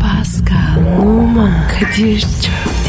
Pascal, Oman, Kadir çok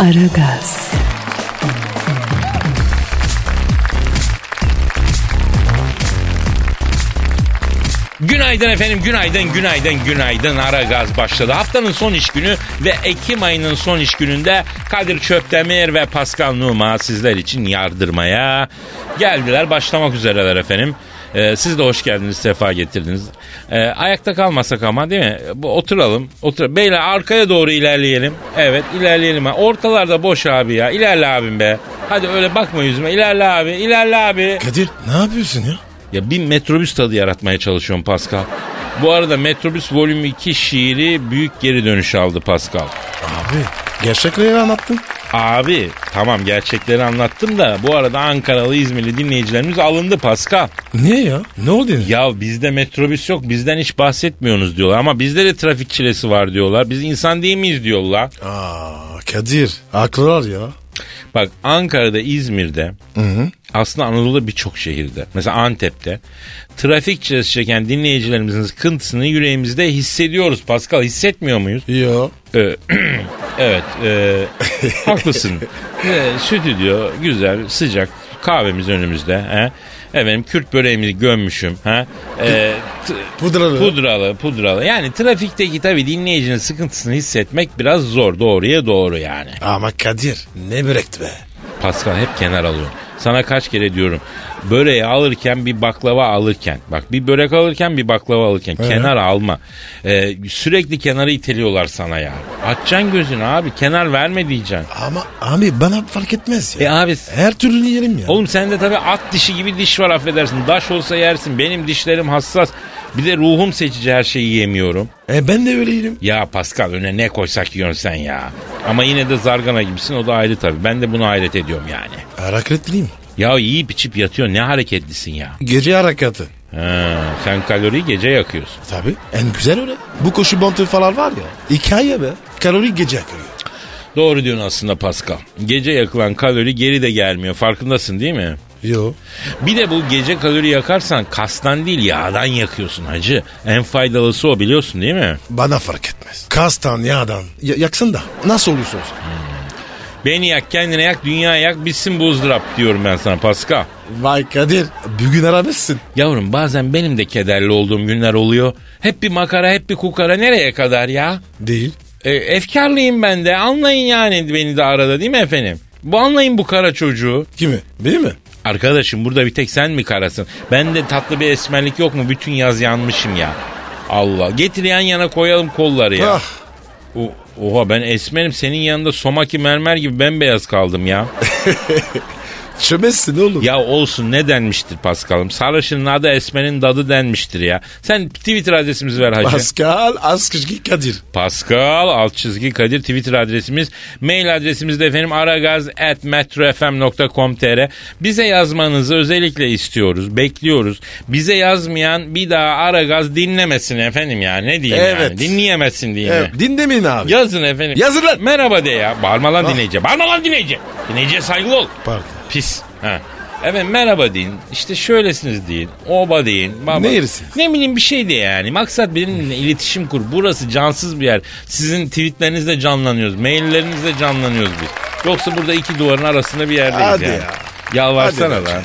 Aragaz, Günaydın efendim, günaydın, günaydın, günaydın. Ara gaz başladı. Haftanın son iş günü ve Ekim ayının son iş gününde Kadir Çöptemir ve Pascal Numa sizler için yardırmaya geldiler. Başlamak üzereler efendim. Ee, siz de hoş geldiniz, sefa getirdiniz. Ee, ayakta kalmasak ama değil mi? Bu, oturalım. Otur. Beyler arkaya doğru ilerleyelim. Evet ilerleyelim. ha. Ortalarda boş abi ya. İlerle abim be. Hadi öyle bakma yüzüme. İlerle abi, ilerle abi. Kadir ne yapıyorsun ya? Ya bir metrobüs tadı yaratmaya çalışıyorum Pascal. Bu arada Metrobüs Volüm 2 şiiri büyük geri dönüş aldı Pascal. Abi gerçekleri anlattın. Abi tamam gerçekleri anlattım da bu arada Ankaralı İzmirli dinleyicilerimiz alındı Pascal. Niye ya? Ne oldu ya? Ya bizde metrobüs yok bizden hiç bahsetmiyorsunuz diyorlar ama bizde de trafik çilesi var diyorlar. Biz insan değil miyiz diyorlar. Aa, Kadir haklılar ya. Bak Ankara'da, İzmir'de aslında Anadolu'da birçok şehirde mesela Antep'te trafik çilesi çeken dinleyicilerimizin sıkıntısını yüreğimizde hissediyoruz Pascal hissetmiyor muyuz? Yo. Ee, evet e, haklısın. Ee, stüdyo güzel sıcak kahvemiz önümüzde. He? Efendim Kürt böreğimizi gömmüşüm. He? Ee, t- Pudralı. pudralı pudralı. Yani trafikteki tabii dinleyicinin sıkıntısını hissetmek biraz zor doğruya doğru yani. Ama Kadir ne bıraktı be. Pascal hep kenar alıyorum. Sana kaç kere diyorum. Böreği alırken bir baklava alırken. Bak bir börek alırken bir baklava alırken. Kenar alma. Ee, sürekli kenarı iteliyorlar sana ya. Açacaksın gözünü abi. Kenar verme diyeceksin. Ama abi bana fark etmez E ya. abi Her türlü yerim ya. Oğlum sende tabii at dişi gibi diş var affedersin. Daş olsa yersin. Benim dişlerim hassas. Bir de ruhum seçici her şeyi yemiyorum. E ben de öyle yerim. Ya Pascal önüne ne koysak yiyorsun sen ya. Ama yine de zargana gibisin o da ayrı tabii. Ben de bunu hayret ediyorum yani. Hareketliyim. Ya yiyip içip yatıyor ne hareketlisin ya. Gece harekatı. Ha, sen kaloriyi gece yakıyorsun. Tabii. En güzel öyle. Bu koşu bantı falan var ya. Hikaye be. Kalori gece yakıyor. Doğru diyorsun aslında Pascal. Gece yakılan kalori geri de gelmiyor. Farkındasın değil mi? Yo. Bir de bu gece kalori yakarsan kastan değil yağdan yakıyorsun hacı. En faydalısı o biliyorsun değil mi? Bana fark etmez. Kastan yağdan ya- yaksın da nasıl olursa olsun. Beni yak kendine yak dünya yak bitsin bu ızdırap diyorum ben sana Pascal. Vay Kadir bugün aramışsın. Yavrum bazen benim de kederli olduğum günler oluyor. Hep bir makara hep bir kukara nereye kadar ya? Değil. E, efkarlıyım ben de anlayın yani beni de arada değil mi efendim? Bu anlayın bu kara çocuğu. Kimi? Değil mi? Arkadaşım burada bir tek sen mi karasın? Ben de tatlı bir esmerlik yok mu? Bütün yaz yanmışım ya. Allah. Getir yan yana koyalım kolları ya. Ah. O- Oha ben esmerim senin yanında somaki mermer gibi bembeyaz kaldım ya. Çömezsin oğlum. ya olsun ne denmiştir Paskal'ım? Sarışının adı esmerin dadı denmiştir ya. Sen Twitter adresimizi ver hacı. Pascal Askışki Kadir. Pascal alt çizgi Kadir Twitter adresimiz. Mail adresimiz de efendim aragaz.metrofm.com.tr Bize yazmanızı özellikle istiyoruz. Bekliyoruz. Bize yazmayan bir daha Aragaz dinlemesin efendim ya. Ne diyeyim Evet. yani. Dinleyemesin diyeyim. ya. Evet, dinlemeyin abi. Yazın efendim. Yazın lan. Merhaba de ya. Bağırma lan dinleyici. Bağırma lan dinleyici. Dinleyiciye saygılı ol. Pardon. Pis. Ha. Evet merhaba deyin. İşte şöylesiniz deyin. Oba deyin. Baba. Ne yerisiniz? Ne bileyim bir şey de yani. Maksat benimle iletişim kur. Burası cansız bir yer. Sizin tweetlerinizle canlanıyoruz. Maillerinizle canlanıyoruz biz. Yoksa burada iki duvarın arasında bir yerdeyiz Hadi yani. ya. Yalvarsana Hadi be. lan.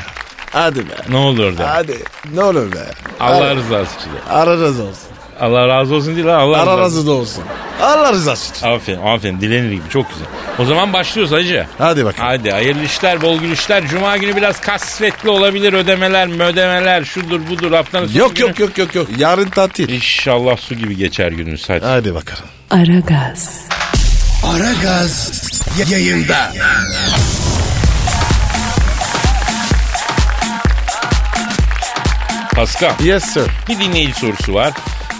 Hadi be. Ne olur da. Hadi. Ne olur be. Allah rızası için. Allah razı olsun. Allah razı olsun değil lan. Allah, Allah razı olsun. razı da olsun. Allah rızası için. Aferin aferin dilenir gibi çok güzel. O zaman başlıyoruz hacı. Hadi bakalım. Hadi hayırlı işler, bol gülüşler. Cuma günü biraz kasvetli olabilir. Ödemeler, mödemeler, şudur budur. Haftanın sonu Yok günü- yok yok yok yok. Yarın tatil. İnşallah su gibi geçer gününüz. Hadi. Hadi bakalım. Aragaz, Ara Gaz yayında. Pascal Yes sir. bir dinleyici sorusu var.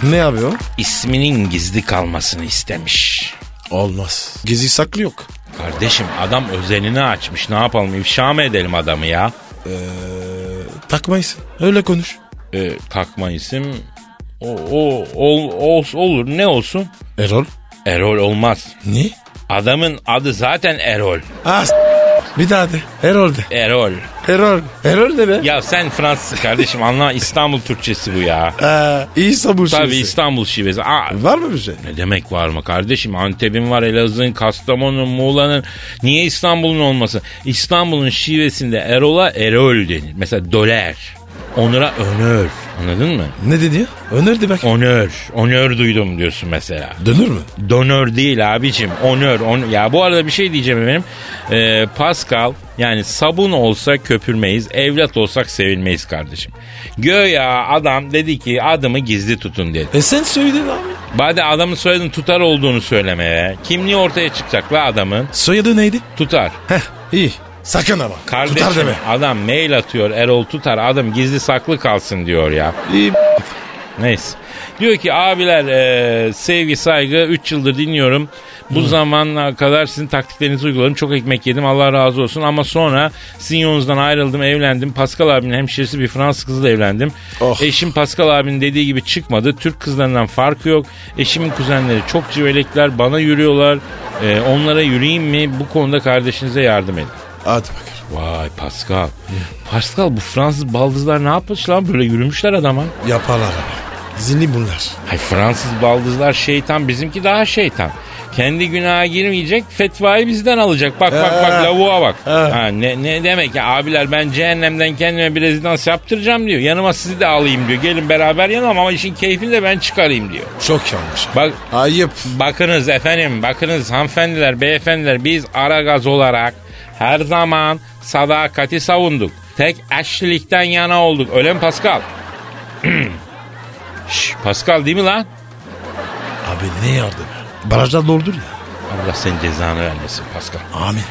Ne yapıyor? İsminin gizli kalmasını istemiş. Olmaz. Gizli saklı yok. Kardeşim adam özenini açmış. Ne yapalım ifşa mı edelim adamı ya? Takmayız. Öyle konuş. Ee, takma isim. O, o, ol, ol- olur ne olsun? Erol. Erol olmaz. Ne? Adamın adı zaten Erol. Ah s- bir daha de. Erol de. Erol. Erol. Erol de be. Ya sen Fransız kardeşim anla İstanbul Türkçesi bu ya. Ee, iyi sabır Tabii şeysi. İstanbul şivesi. Aa, Var mı bir şey? ne demek var mı kardeşim? Antep'in var, Elazığ'ın, Kastamonu'nun, Muğla'nın. Niye İstanbul'un olması? İstanbul'un şivesinde Erol'a Erol denir. Mesela dolar. Onur'a önör. Anladın mı? Ne dedi ya? Önerdi bak. Onör. Onör duydum diyorsun mesela. Dönür mü? Donör değil abicim. Onör. On... Ya bu arada bir şey diyeceğim efendim. Ee, Pascal yani sabun olsa köpürmeyiz. Evlat olsak sevilmeyiz kardeşim. Göya adam dedi ki adımı gizli tutun dedi. E sen söyledin abi. Bade adamın soyadının tutar olduğunu söylemeye. Kimliği ortaya çıkacak la adamın. Soyadı neydi? Tutar. Heh iyi. Sakın ama. Kardeşim Tutar deme. adam mail atıyor Erol Tutar adam gizli saklı kalsın diyor ya. İyi. Neyse. Diyor ki abiler e, sevgi saygı 3 yıldır dinliyorum. Bu zamana kadar sizin taktiklerinizi uyguladım. Çok ekmek yedim Allah razı olsun. Ama sonra sizin yolunuzdan ayrıldım evlendim. Pascal abinin hemşiresi bir Fransız kızla evlendim. Oh. Eşim Pascal abinin dediği gibi çıkmadı. Türk kızlarından farkı yok. Eşimin kuzenleri çok civelekler bana yürüyorlar. E, onlara yürüyeyim mi bu konuda kardeşinize yardım edin. Hadi bakalım. Vay Pascal. Pascal bu Fransız baldızlar ne yapmış lan böyle yürümüşler adama. Yaparlar abi. Zilli bunlar. Hay Fransız baldızlar şeytan bizimki daha şeytan. Kendi günaha girmeyecek fetvayı bizden alacak. Bak bak bak lavuğa bak. Ha, ne, ne demek ya abiler ben cehennemden kendime bir rezidans yaptıracağım diyor. Yanıma sizi de alayım diyor. Gelin beraber yanalım ama işin keyfini de ben çıkarayım diyor. Çok yanlış. Bak Ayıp. bakınız efendim bakınız hanımefendiler beyefendiler biz Aragaz olarak her zaman sadakati savunduk. Tek eşlilikten yana olduk. Öyle mi Pascal? Şş, Pascal değil mi lan? Abi ne yardım? Barajlar doldur ya. Allah senin cezanı vermesin Pascal. Amin.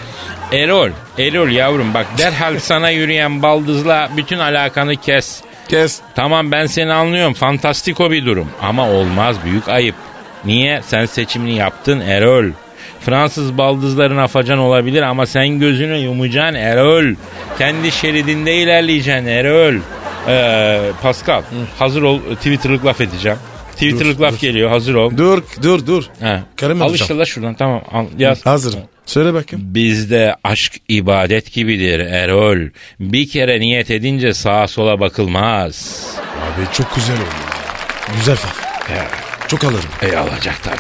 Erol, Erol yavrum bak derhal sana yürüyen baldızla bütün alakanı kes. Kes. Tamam ben seni anlıyorum fantastiko bir durum ama olmaz büyük ayıp. Niye? Sen seçimini yaptın Erol. Fransız baldızların afacan olabilir ama sen gözünü yumacaksın Erol. Kendi şeridinde ilerleyeceksin Erol. Ee, Pascal hazır ol Twitter'lık laf edeceğim. Twitter'lık laf geliyor hazır ol. Dur dur dur. Ha. Karım Al alacağım. işte la şuradan tamam al, yaz. Hazırım. Söyle bakayım. Bizde aşk ibadet gibidir Erol. Bir kere niyet edince sağa sola bakılmaz. Abi çok güzel oldu. ya. Güzel fal. Ya, Çok alırım. e alacak tabii.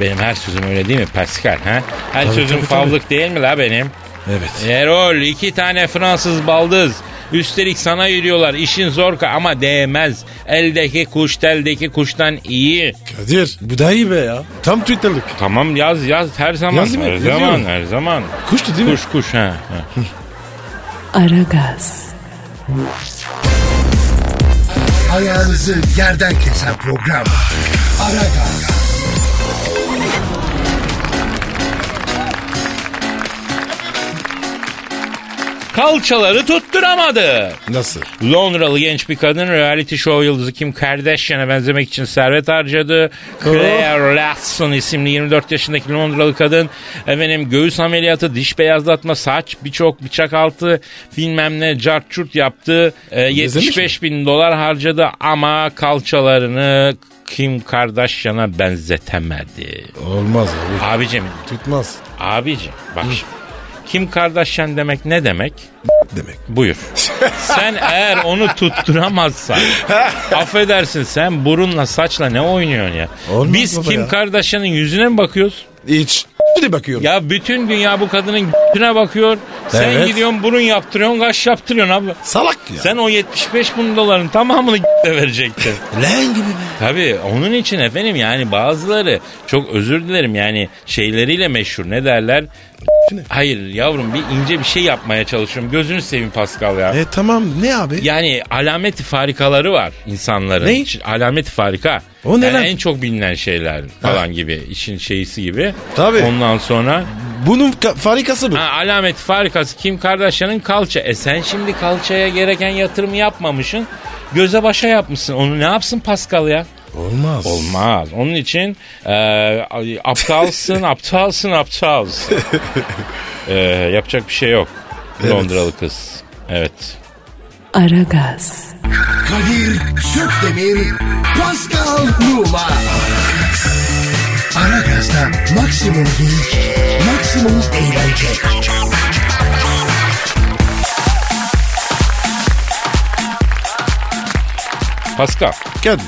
Benim her sözüm öyle değil mi Pascal? Ha? Her Tabii, sözüm tabii, favlık değil mi la benim? Evet. Erol iki tane Fransız baldız. Üstelik sana yürüyorlar. İşin zor ka- ama değmez. Eldeki kuş teldeki kuştan iyi. E, Kadir bu daha iyi be ya. Tam Twitter'lık. Tamam yaz yaz her zaman. Yaz mı? her Yazıyorum. zaman her zaman. Kuştu değil mi? Kuş kuş ha. ha. Aragaz, Ayağınızı yerden kesen program. Aragaz. Kalçaları tutturamadı. Nasıl? Londralı genç bir kadın reality show yıldızı Kim Kardashian'a benzemek için servet harcadı. Claire Lasson isimli 24 yaşındaki Londralı kadın efendim göğüs ameliyatı, diş beyazlatma, saç, birçok bıçak altı bilmem ne cart curt yaptı. Ee, Benzemiş 75 bin dolar harcadı ama kalçalarını Kim Kardashian'a benzetemedi. Olmaz abi. Abicim, Tutmaz. abicim bak şimdi. Kim Kardashian demek ne demek? Demek. Buyur. sen eğer onu tutturamazsan affedersin sen burunla saçla ne oynuyorsun ya? Olmaz Biz baba Kim ya. Kardashian'ın yüzüne mi bakıyoruz? Hiç. Bir de bakıyorum. Ya bütün dünya bu kadının yüzüne bakıyor. Sen Evet. gidiyorsun burun yaptırıyorsun, kaş yaptırıyorsun abla. Salak ya. Sen o 75 bin doların tamamını de verecektin. Lan gibi be. Tabii onun için efendim yani bazıları çok özür dilerim yani şeyleriyle meşhur ne derler? Hayır yavrum bir ince bir şey yapmaya çalışıyorum. Gözünü seveyim Pascal ya. E tamam ne abi? Yani alamet farikaları var insanların. Ne? Alamet farika. O ne yani lan? en çok bilinen şeyler falan gibi. işin şeysi gibi. Tabii. Ondan sonra Bunun ka- farikası bu. ha, alamet farikası Kim Kardashian'ın kalça. E sen şimdi kalçaya gereken yatırımı yapmamışsın. Göze başa yapmışsın. Onu ne yapsın Pascal ya? Olmaz. Olmaz. Onun için e, ay- aptalsın, aptalsın, aptalsın. E, yapacak bir şey yok. Evet. Londralı kız. Evet. Aragaz, Kadir Çöpdemir, Pascal Numa. Aragaz'da maksimum geyik, maksimum eğlence. Pascal. Kadir.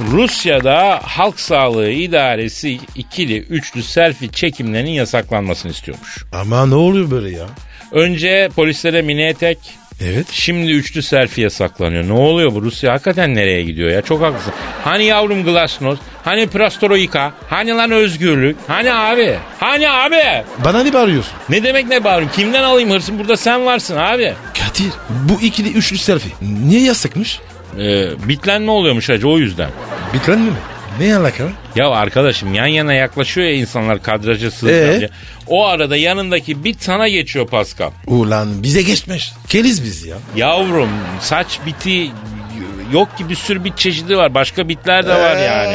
Rusya'da Halk Sağlığı İdaresi ikili üçlü selfie çekimlerinin yasaklanmasını istiyormuş. Ama ne oluyor böyle ya? Önce polislere mini etek, Evet. şimdi üçlü selfie yasaklanıyor. Ne oluyor bu Rusya hakikaten nereye gidiyor ya? Çok haklısın. Hani yavrum glasnost, hani prastoroika, hani lan özgürlük, hani abi, hani abi. Bana ne bağırıyorsun? Ne demek ne bağırıyorum? Kimden alayım hırsım? Burada sen varsın abi. Kadir bu ikili üçlü selfie. Niye yasakmış? Ee, bitlenme oluyormuş acı o yüzden. Bitlen mi? Ne alaka? Ya arkadaşım yan yana yaklaşıyor ya insanlar kadraja sığınıyor. Ee? O arada yanındaki bir sana geçiyor Pascal. Ulan bize geçmiş. Keliz biz ya. Yavrum saç biti yok ki bir sürü bit çeşidi var. Başka bitler de var yani.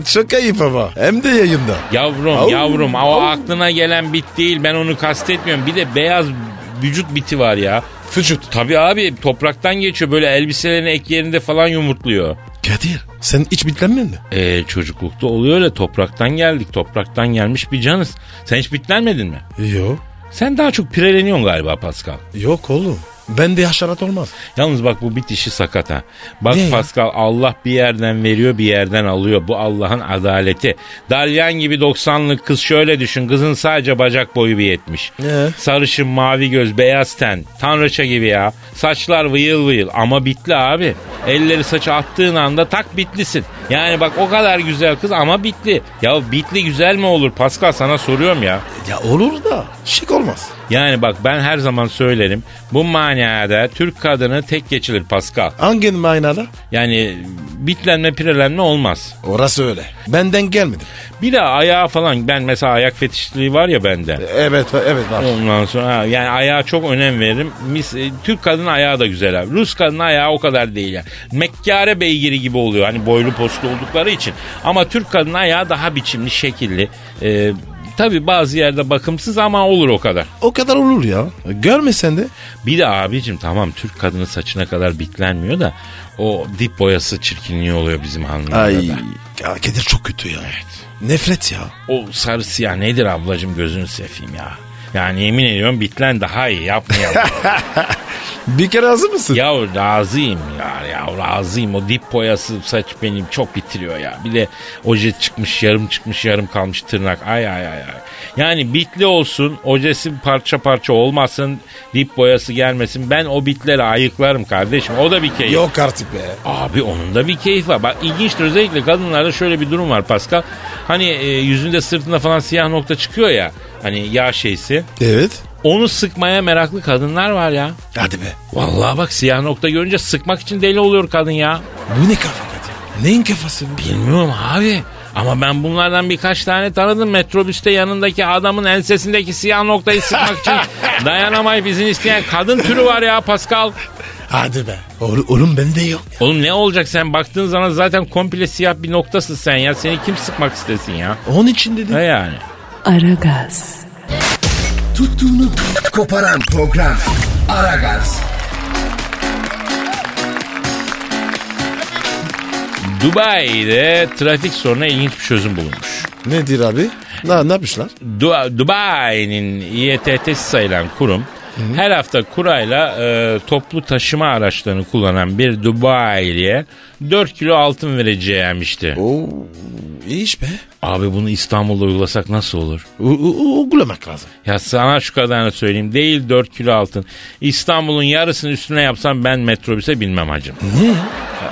Ee, çok ayıp ama. Hem de yayında. Yavrum Au, yavrum o aklına gelen bit değil. Ben onu kastetmiyorum. Bir de beyaz vücut biti var ya. Vücut. Tabii abi topraktan geçiyor böyle elbiselerin eklerinde falan yumurtluyor. Kadir sen hiç bitlenmedin mi? Ee, çocuklukta oluyor öyle topraktan geldik topraktan gelmiş bir canız. Sen hiç bitlenmedin mi? Yok. Sen daha çok pireleniyorsun galiba Pascal. Yok oğlum. Ben de haşerat olmaz. Yalnız bak bu bit işi sakat ha. Bak Ne ya? Pascal Allah bir yerden veriyor bir yerden alıyor. Bu Allah'ın adaleti. Dalyan gibi 90'lık kız şöyle düşün. Kızın sadece bacak boyu bir yetmiş. Ee? Sarışın mavi göz beyaz ten. Tanrıça gibi ya. Saçlar vıyıl vıyıl ama bitli abi. Elleri saça attığın anda tak bitlisin. Yani bak o kadar güzel kız ama bitli. Ya bitli güzel mi olur Pascal sana soruyorum ya. Ya olur da şık olmaz. Yani bak ben her zaman söylerim. Bu manada Türk kadını tek geçilir Pascal. Hangi manada? Yani bitlenme pirelenme olmaz. Orası öyle. Benden gelmedi. Bir de ayağa falan ben mesela ayak fetişliği var ya bende. Evet evet var. Ondan sonra ha, yani ayağa çok önem veririm. Mis, e, Türk kadının ayağı da güzel abi. Rus kadının ayağı o kadar değil yani. Mekkare beygiri gibi oluyor hani boylu postlu oldukları için. Ama Türk kadının ayağı daha biçimli şekilli. E, Tabi bazı yerde bakımsız ama olur o kadar. O kadar olur ya. Görmesen de. Bir de abicim tamam Türk kadını saçına kadar bitlenmiyor da o dip boyası çirkinliği oluyor bizim hanımlarda. da. Ya Kadir çok kötü ya. Nefret ya. O sarı siyah nedir ablacım gözünü seveyim ya. Yani yemin ediyorum bitlen daha iyi yapmayalım. Bir kere hazır mısın? ya razıyım ya, ya razıyım. O dip boyası saç benim çok bitiriyor ya. Bir de oje çıkmış yarım çıkmış yarım kalmış tırnak. Ay ay ay ay. Yani bitli olsun ojesi parça parça olmasın dip boyası gelmesin. Ben o bitleri ayıklarım kardeşim. O da bir keyif. Yok artık be. Abi onun da bir keyfi var. Bak ilginçtir özellikle kadınlarda şöyle bir durum var Pascal. Hani e, yüzünde sırtında falan siyah nokta çıkıyor ya. Hani yağ şeysi. Evet. Onu sıkmaya meraklı kadınlar var ya. Hadi be. Vallahi bak siyah nokta görünce sıkmak için deli oluyor kadın ya. Bu ne kafa Kadir? Neyin kafası? bu? Bilmiyorum abi. Ama ben bunlardan birkaç tane tanıdım. Metrobüste yanındaki adamın ensesindeki siyah noktayı sıkmak için dayanamayıp izin isteyen kadın türü var ya Pascal. Hadi be. Oğlum, oğlum bende yok. Oğlum ne olacak sen baktığın zaman zaten komple siyah bir noktasın sen ya. Seni kim sıkmak istesin ya? Onun için dedim. Ne yani? Aragaz, Tuttuğunu koparan program. Aragaz. Dubai'de trafik sorununa ilginç bir çözüm bulunmuş. Nedir abi? Ne, ne yapmışlar? Du- Dubai'nin İETT'si sayılan kurum her hafta kurayla e, toplu taşıma araçlarını kullanan bir Dubai'liye 4 kilo altın vereceğimişti. Oo, iyi iş be. Abi bunu İstanbul'da uygulasak nasıl olur? U, u, u- uygulamak lazım. Ya sana şu kadarını söyleyeyim. Değil 4 kilo altın. İstanbul'un yarısını üstüne yapsam ben metrobüse binmem hacım. Ne?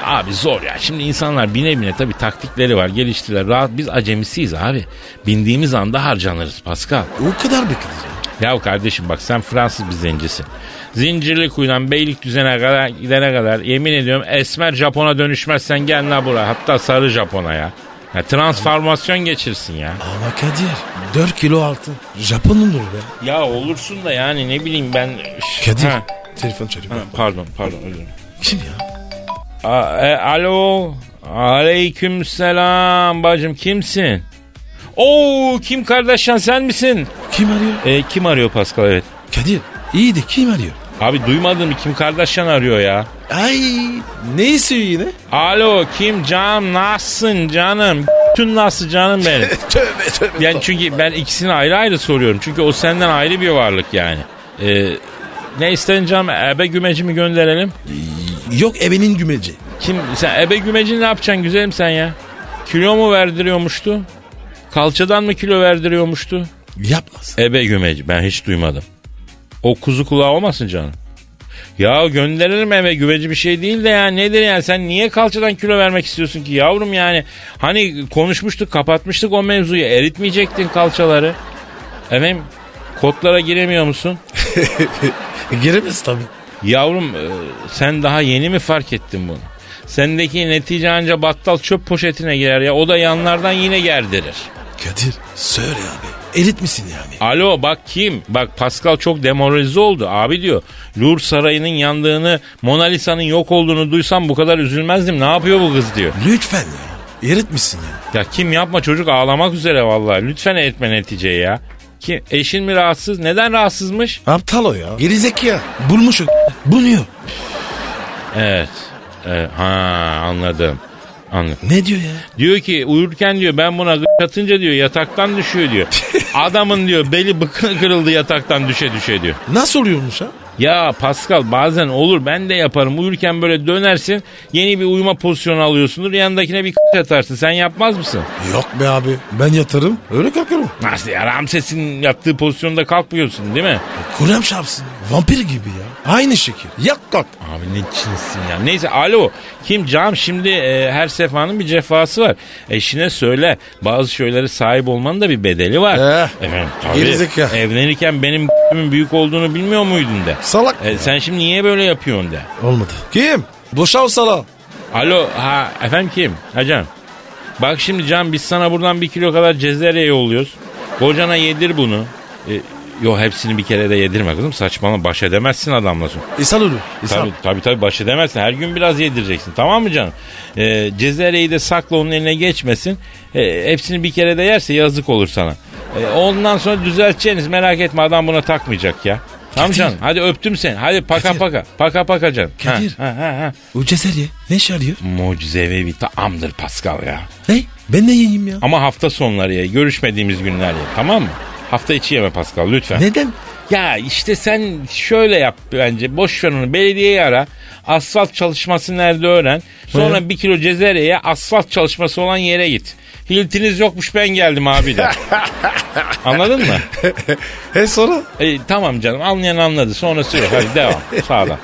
Abi zor ya. Şimdi insanlar bine bine tabii taktikleri var. Geliştiler. Rahat. Biz acemisiyiz abi. Bindiğimiz anda harcanırız Pascal. O kadar be Kadir. Ya kardeşim bak sen Fransız bir zencisin. Zincirli kuyudan Beylikdüzü'ne kadar gidene kadar yemin ediyorum esmer Japon'a dönüşmezsen gel la buraya. Hatta sarı Japon'a ya. Ya transformasyon geçirsin ya. Ama Kadir 4 kilo altın. Japon'un olur be. Ya olursun da yani ne bileyim ben... Üf, Kadir. ha, Telefon çalıyor. ha, pardon pardon özür dilerim. Kim ya? Aa, e, alo Aleyküm selam bacım kimsin? Oo Kim Kardashian sen misin? Kim arıyor? E, kim arıyor Pascal evet. Kadir iyi de kim arıyor? Abi duymadın mı Kim Kardashian arıyor ya. Ay ne istiyor yine? Alo Kim canım nasılsın canım? Tüm nasıl canım benim? tövbe tövbe. Yani çünkü ben ikisini ayrı ayrı soruyorum. Çünkü o senden ayrı bir varlık yani. E, ne istedin canım? Ebe gümeci mi gönderelim? Yok ebenin gümeci. Kim sen ebe gümeci ne yapacaksın güzelim sen ya? Kilo mu verdiriyormuştu? Kalçadan mı kilo verdiriyormuştu? Yapmaz. Ebe gümeci ben hiç duymadım. O kuzu kulağı olmasın canım. Ya gönderirim eve güveci bir şey değil de ya nedir yani sen niye kalçadan kilo vermek istiyorsun ki yavrum yani hani konuşmuştuk kapatmıştık o mevzuyu eritmeyecektin kalçaları. Efendim kodlara giremiyor musun? Giremez tabii. Yavrum e, sen daha yeni mi fark ettin bunu? Sendeki netice anca battal çöp poşetine girer ya o da yanlardan yine gerdirir. Kadir söyle abi. Eritmişsin yani. Alo bak kim? Bak Pascal çok demoralize oldu. Abi diyor Louvre Sarayı'nın yandığını Mona Lisa'nın yok olduğunu duysam bu kadar üzülmezdim. Ne yapıyor bu kız diyor. Lütfen ya. Eritmişsin ya. Ya kim yapma çocuk ağlamak üzere vallahi. Lütfen etme neticeyi ya. Kim? Eşin mi rahatsız? Neden rahatsızmış? Aptal o ya. Gerizek ya. Bulmuş o. Bunuyor. Evet. Evet. ha anladım. Anladım. Ne diyor ya? Diyor ki uyurken diyor ben buna gı- atınca diyor yataktan düşüyor diyor. Adamın diyor beli bıkını kırıldı yataktan düşe düşe diyor. Nasıl oluyormuş ha? Ya Pascal bazen olur ben de yaparım. Uyurken böyle dönersin yeni bir uyuma pozisyonu alıyorsundur. Yanındakine bir k- atarsın. Sen yapmaz mısın? Yok be abi. Ben yatarım. Öyle kalkarım. Nasıl ya Ramses'in yattığı pozisyonda kalkmıyorsun değil mi? Kurem şapsın. Vampir gibi ya. Aynı şekil. Yak kalk. Abi ne çinsin ya. Neyse alo. Kim Cam şimdi e, her sefanın bir cefası var. Eşine söyle. Bazı şeylere sahip olmanın da bir bedeli var. Eh, Efendim tabii. gerizekalı. Evlenirken benim k***ümün büyük olduğunu bilmiyor muydun de. Salak. E, sen şimdi niye böyle yapıyorsun de. Olmadı. Kim? Boşal sala. Alo ha efendim kim? Hacım. Bak şimdi Can biz sana buradan bir kilo kadar cezerye yolluyoruz. Kocana yedir bunu. E, yo hepsini bir kere de yedirme kızım saçmalama baş edemezsin adamla. sonra. İsal olur. Tabii, İsal. tabii tabii baş edemezsin. Her gün biraz yedireceksin. Tamam mı canım? Ee, cezereyi de sakla onun eline geçmesin. Ee, hepsini bir kere de yerse yazık olur sana. Ee, ondan sonra düzelteceğiniz merak etme adam buna takmayacak ya. Tamam Kadir. canım hadi öptüm seni. Hadi paka Kadir. paka. Paka paka canım. Ha, Kadir. Ha, ha, ha. O cezerye. Ne iş arıyor? Mucizevi bir taamdır Pascal ya. Ne? Ben ne yiyeyim ya? Ama hafta sonları ye. Görüşmediğimiz günler ye. Tamam mı? Hafta içi yeme Pascal lütfen. Neden? Ya işte sen şöyle yap bence. Boş ver onu. Belediyeyi ara. Asfalt çalışması nerede öğren. Sonra bir kilo cezereye asfalt çalışması olan yere git. Hiltiniz yokmuş ben geldim abi de. Anladın mı? He sonra? E, tamam canım anlayan anladı. Sonrası yok. Hadi devam. Sağdan.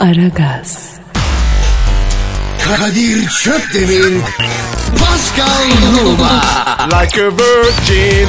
Aragaz, Kadir Çöpdemir, Pascal Numa. Like a virgin.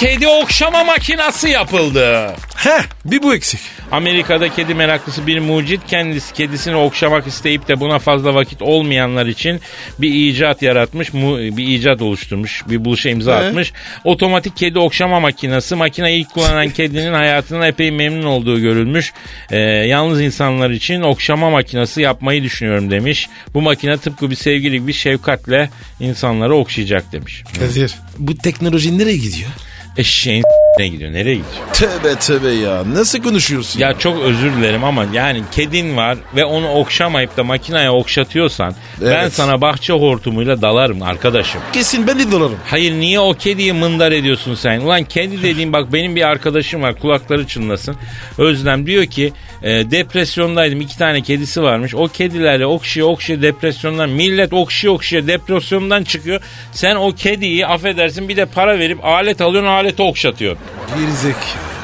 Kedi okşama makinası yapıldı. He bir bu eksik. Amerika'da kedi meraklısı bir mucit kendisi kedisini okşamak isteyip de buna fazla vakit olmayanlar için bir icat yaratmış, mu- bir icat oluşturmuş, bir buluşa imza Ee? atmış. Otomatik kedi okşama makinesi. Makineyi ilk kullanan kedinin hayatından epey memnun olduğu görülmüş. Ee, yalnız insanlar için okşama makinesi yapmayı düşünüyorum demiş. Bu makine tıpkı bir sevgili gibi şefkatle insanları okşayacak demiş. Kadir bu teknoloji nereye gidiyor? Eşeğin ne gidiyor? Nereye gidiyor? Tövbe tövbe ya nasıl konuşuyorsun? Ya çok özür dilerim ama yani kedin var ve onu okşamayıp da makineye okşatıyorsan ben Evet. sana bahçe hortumuyla dalarım arkadaşım. Kesin ben de dolarım. Hayır niye o kediyi mındar ediyorsun sen? Ulan kedi dediğim bak benim bir arkadaşım var kulakları çınlasın. Özlem diyor ki e, depresyondaydım iki tane kedisi varmış. O kedilerle okşaya okşaya depresyondan millet okşaya okşaya depresyondan çıkıyor. Sen o kediyi affedersin bir de para verip alet alıyorsun aleti okşatıyorsun. Gerizek.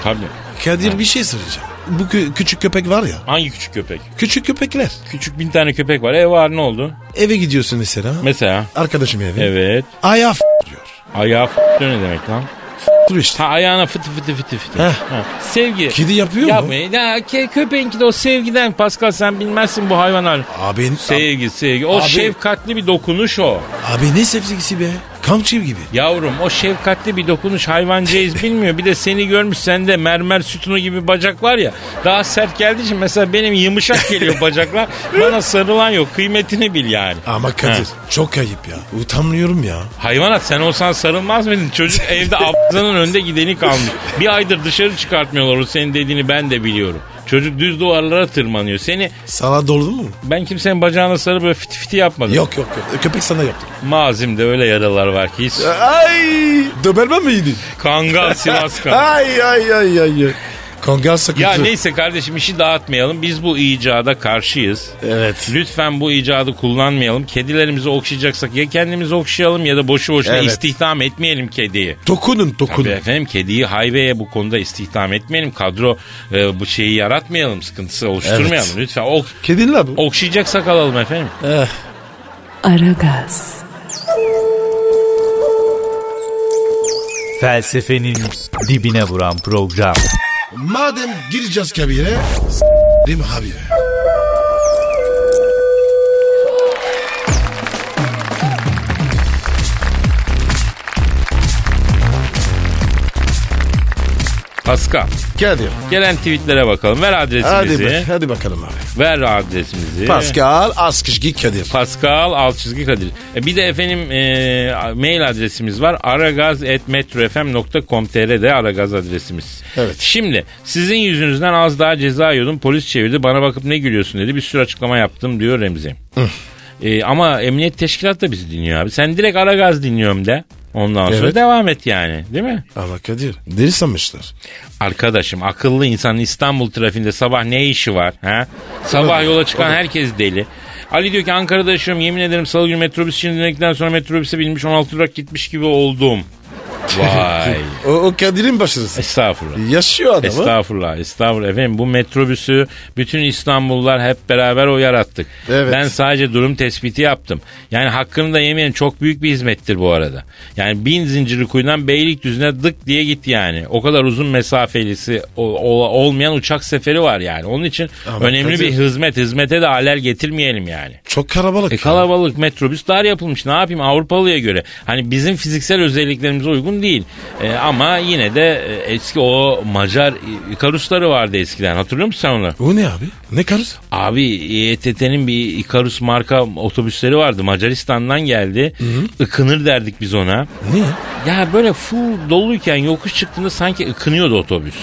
Tabii. Kadir bir şey soracağım. Bu kü- küçük köpek var ya. Hangi küçük köpek? Küçük köpekler. Küçük bin tane köpek var. E var ne oldu? Eve gidiyorsun mesela. Mesela Arkadaşım eve. evet. Ayağı f- diyor. Ayağı f- ne demek lan? Dur işte. Ha ayağına fıtı fıtı fıtı fıtı. Heh. Ha, Sevgi. Kedi yapıyor mu? Yapmayın. Ya, ke- köpeğinki de o sevgiden Pascal sen bilmezsin bu hayvan hali. Abi, Sevgi sevgi. O Abi- şefkatli bir dokunuş o. abi ne sevgisi be. Kamçı gibi. Yavrum o şefkatli bir dokunuş hayvancağız bilmiyor. Bir de seni görmüş sende mermer sütunu gibi bacak var ya. Daha sert geldiği için mesela benim yumuşak geliyor bacaklar. Bana sarılan yok. Kıymetini bil yani. Ama Kadir Ha. çok ayıp ya. Utanmıyorum ya. Hayvanat sen olsan sarılmaz mıydın? Çocuk evde ablanın önde gideni kalmış. Bir aydır dışarı çıkartmıyorlar o senin dediğini ben de biliyorum. Çocuk düz duvarlara tırmanıyor. Seni Sana doldu mu? ben kimsenin bacağına sarı böyle fiti fiti yapmadım. Yok yok yok. Köpek sana yaptı. Mazimde öyle yaralar var ki hiç. Ay! Döbermen miydin? Kangal Sivas kangal. Ay ay ay ay. ay. Kongal sıkıntı. Ya neyse kardeşim işi dağıtmayalım. Biz bu icada karşıyız. Evet. Lütfen bu icadı kullanmayalım. Kedilerimizi okşayacaksak ya kendimizi okşayalım ya da boşu boşuna Evet. istihdam etmeyelim kediyi. Dokunun dokunun. Tabii efendim kediyi hayveye bu konuda istihdam etmeyelim. Kadro e, bu şeyi yaratmayalım, sıkıntısı oluşturmayalım. Evet. Lütfen ok, Kedinler bu. okşayacaksak alalım efendim. Eh, Aragaz, Felsefenin dibine vuran program. Madem gireceğiz kabire. S**rim abi. Pascal, Kadir. gelen tweetlere bakalım. Ver Hadi, adresimizi. bak, hadi bakalım abi. Ver adresimizi. Pascal Askışgi Kadir. Pascal alt çizgi Kadir. E, bir de efendim e, mail adresimiz var. aragaz.metrofm.com.tr de aragaz adresimiz. Evet. Şimdi sizin yüzünüzden az daha ceza yiyordum. Polis çevirdi. Bana bakıp ne gülüyorsun dedi. Bir sürü açıklama yaptım diyor Remzi. E, ama emniyet teşkilatı da bizi dinliyor abi. Sen direkt aragaz dinliyorum de. Ondan sonra Evet. devam et yani değil mi? Ama Kadir deli sanmışlar. Arkadaşım akıllı insanın İstanbul trafiğinde sabah ne işi var? Ha? Sabah yola çıkan herkes deli. Ali diyor ki Ankara'da yaşıyorum yemin ederim salı günü metrobüs şimdi dinledikten sonra metrobüse binmiş 16 durak gitmiş gibi oldum. Vay. O, o Kadir'in başarısı. Estağfurullah. Yaşıyor adamı. Estağfurullah, estağfurullah. Efendim bu metrobüsü bütün İstanbullular hep beraber o yarattık. Evet. Ben sadece durum tespiti yaptım. Yani hakkını da yemeyen çok büyük bir hizmettir bu arada. Yani bin zincirli kuyudan Beylikdüzü'ne dık diye git yani. O kadar uzun mesafelisi o- o- olmayan uçak seferi var yani. Onun için Ama önemli tabii. bir hizmet. Hizmete de alel getirmeyelim yani. Çok kalabalık. E kalabalık metrobüs dar yapılmış. Ne yapayım Avrupalıya göre. Hani bizim fiziksel özelliklerimize uygun değil. E, ama yine de e, eski o Macar i- Ikarusları vardı eskiden. Hatırlıyor musun sen onu? O ne abi? Ne karısı? Abi İETT'nin bir Ikarus marka otobüsleri vardı. Macaristan'dan geldi. Ikınır derdik biz ona. Niye? Ya böyle full doluyken yokuş çıktığında sanki ıkınıyordu otobüs.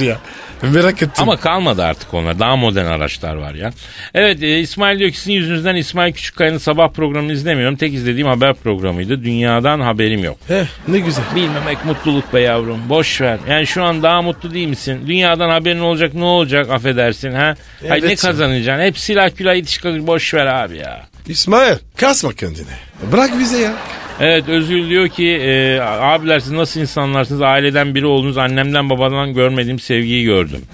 ya. Merak ettim. Ama kalmadı artık onlar. Daha modern araçlar var ya. Evet e, İsmail diyor ki sizin yüzünüzden İsmail Küçükkaya'nın sabah programını izlemiyorum. Tek izlediğim haber programıydı. Dünyadan haberim yok. Eh, ne güzel. Bilmemek mutluluk be yavrum. Boş ver. Yani şu an daha mutlu değil misin? Dünyadan haberin olacak ne olacak affedersin ha? Ay, Evet ne ya. kazanacaksın? Hep silah külah itiş kakış. Boş ver abi ya. İsmail kasma kendini. Bırak bize ya. Evet Özgül diyor ki e, abiler siz nasıl insanlarsınız aileden biri oldunuz annemden babadan görmediğim sevgiyi gördüm.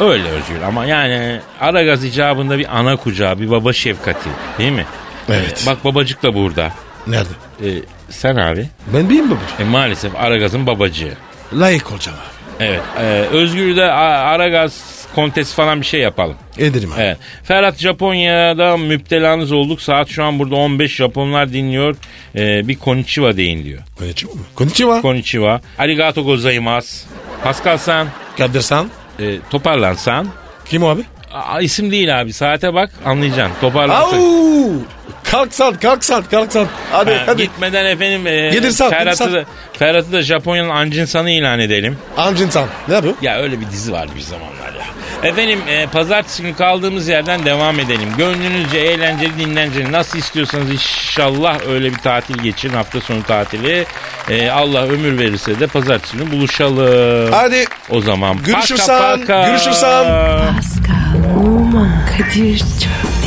Öyle Özgül ama yani Aragaz icabında bir ana kucağı bir baba şefkati değil mi? Evet. E, bak babacık da burada. Nerede? E, sen abi Ben miyim babacığım? e, maalesef Aragaz'ın babacığı. Layık olacağım abi. Evet e, Özgül'ü de A- Aragaz kontes falan bir şey yapalım. Ederim abi. Evet. Ferhat Japonya'da müptelanız olduk. Saat şu an burada 15 Japonlar dinliyor. E, bir konnichiwa deyin diyor. Konnichiwa mı? Konnichiwa. Konnichiwa. Arigato gozaimasu. Pascal sen Kadir sen. e, toparlansan. Kim o abi? Aa, isim değil abi saate bak anlayacaksın. Toparlansan. Au! Kalk sal, kalk sal, kalk sal. Hadi Ha, hadi. gitmeden efendim e, Gelir sal, gelir Ferhat'ı, sal. da, Ferhat'ı da Japonya'nın Anjinsan'ı ilan edelim. Amcın sen. Ne yapıyor? Ya öyle bir dizi vardı bir zamanlar ya. Efendim e, pazartesi günü kaldığımız yerden devam edelim. Gönlünüzce eğlenceli dinlenceli nasıl istiyorsanız inşallah öyle bir tatil geçirin. Hafta sonu tatili. E, Allah ömür verirse de pazartesi günü buluşalım. Hadi. O zaman Görüşürsen, paka paka. görüşürsen. Pascal, Oman, Kadir çok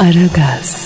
Aragaz.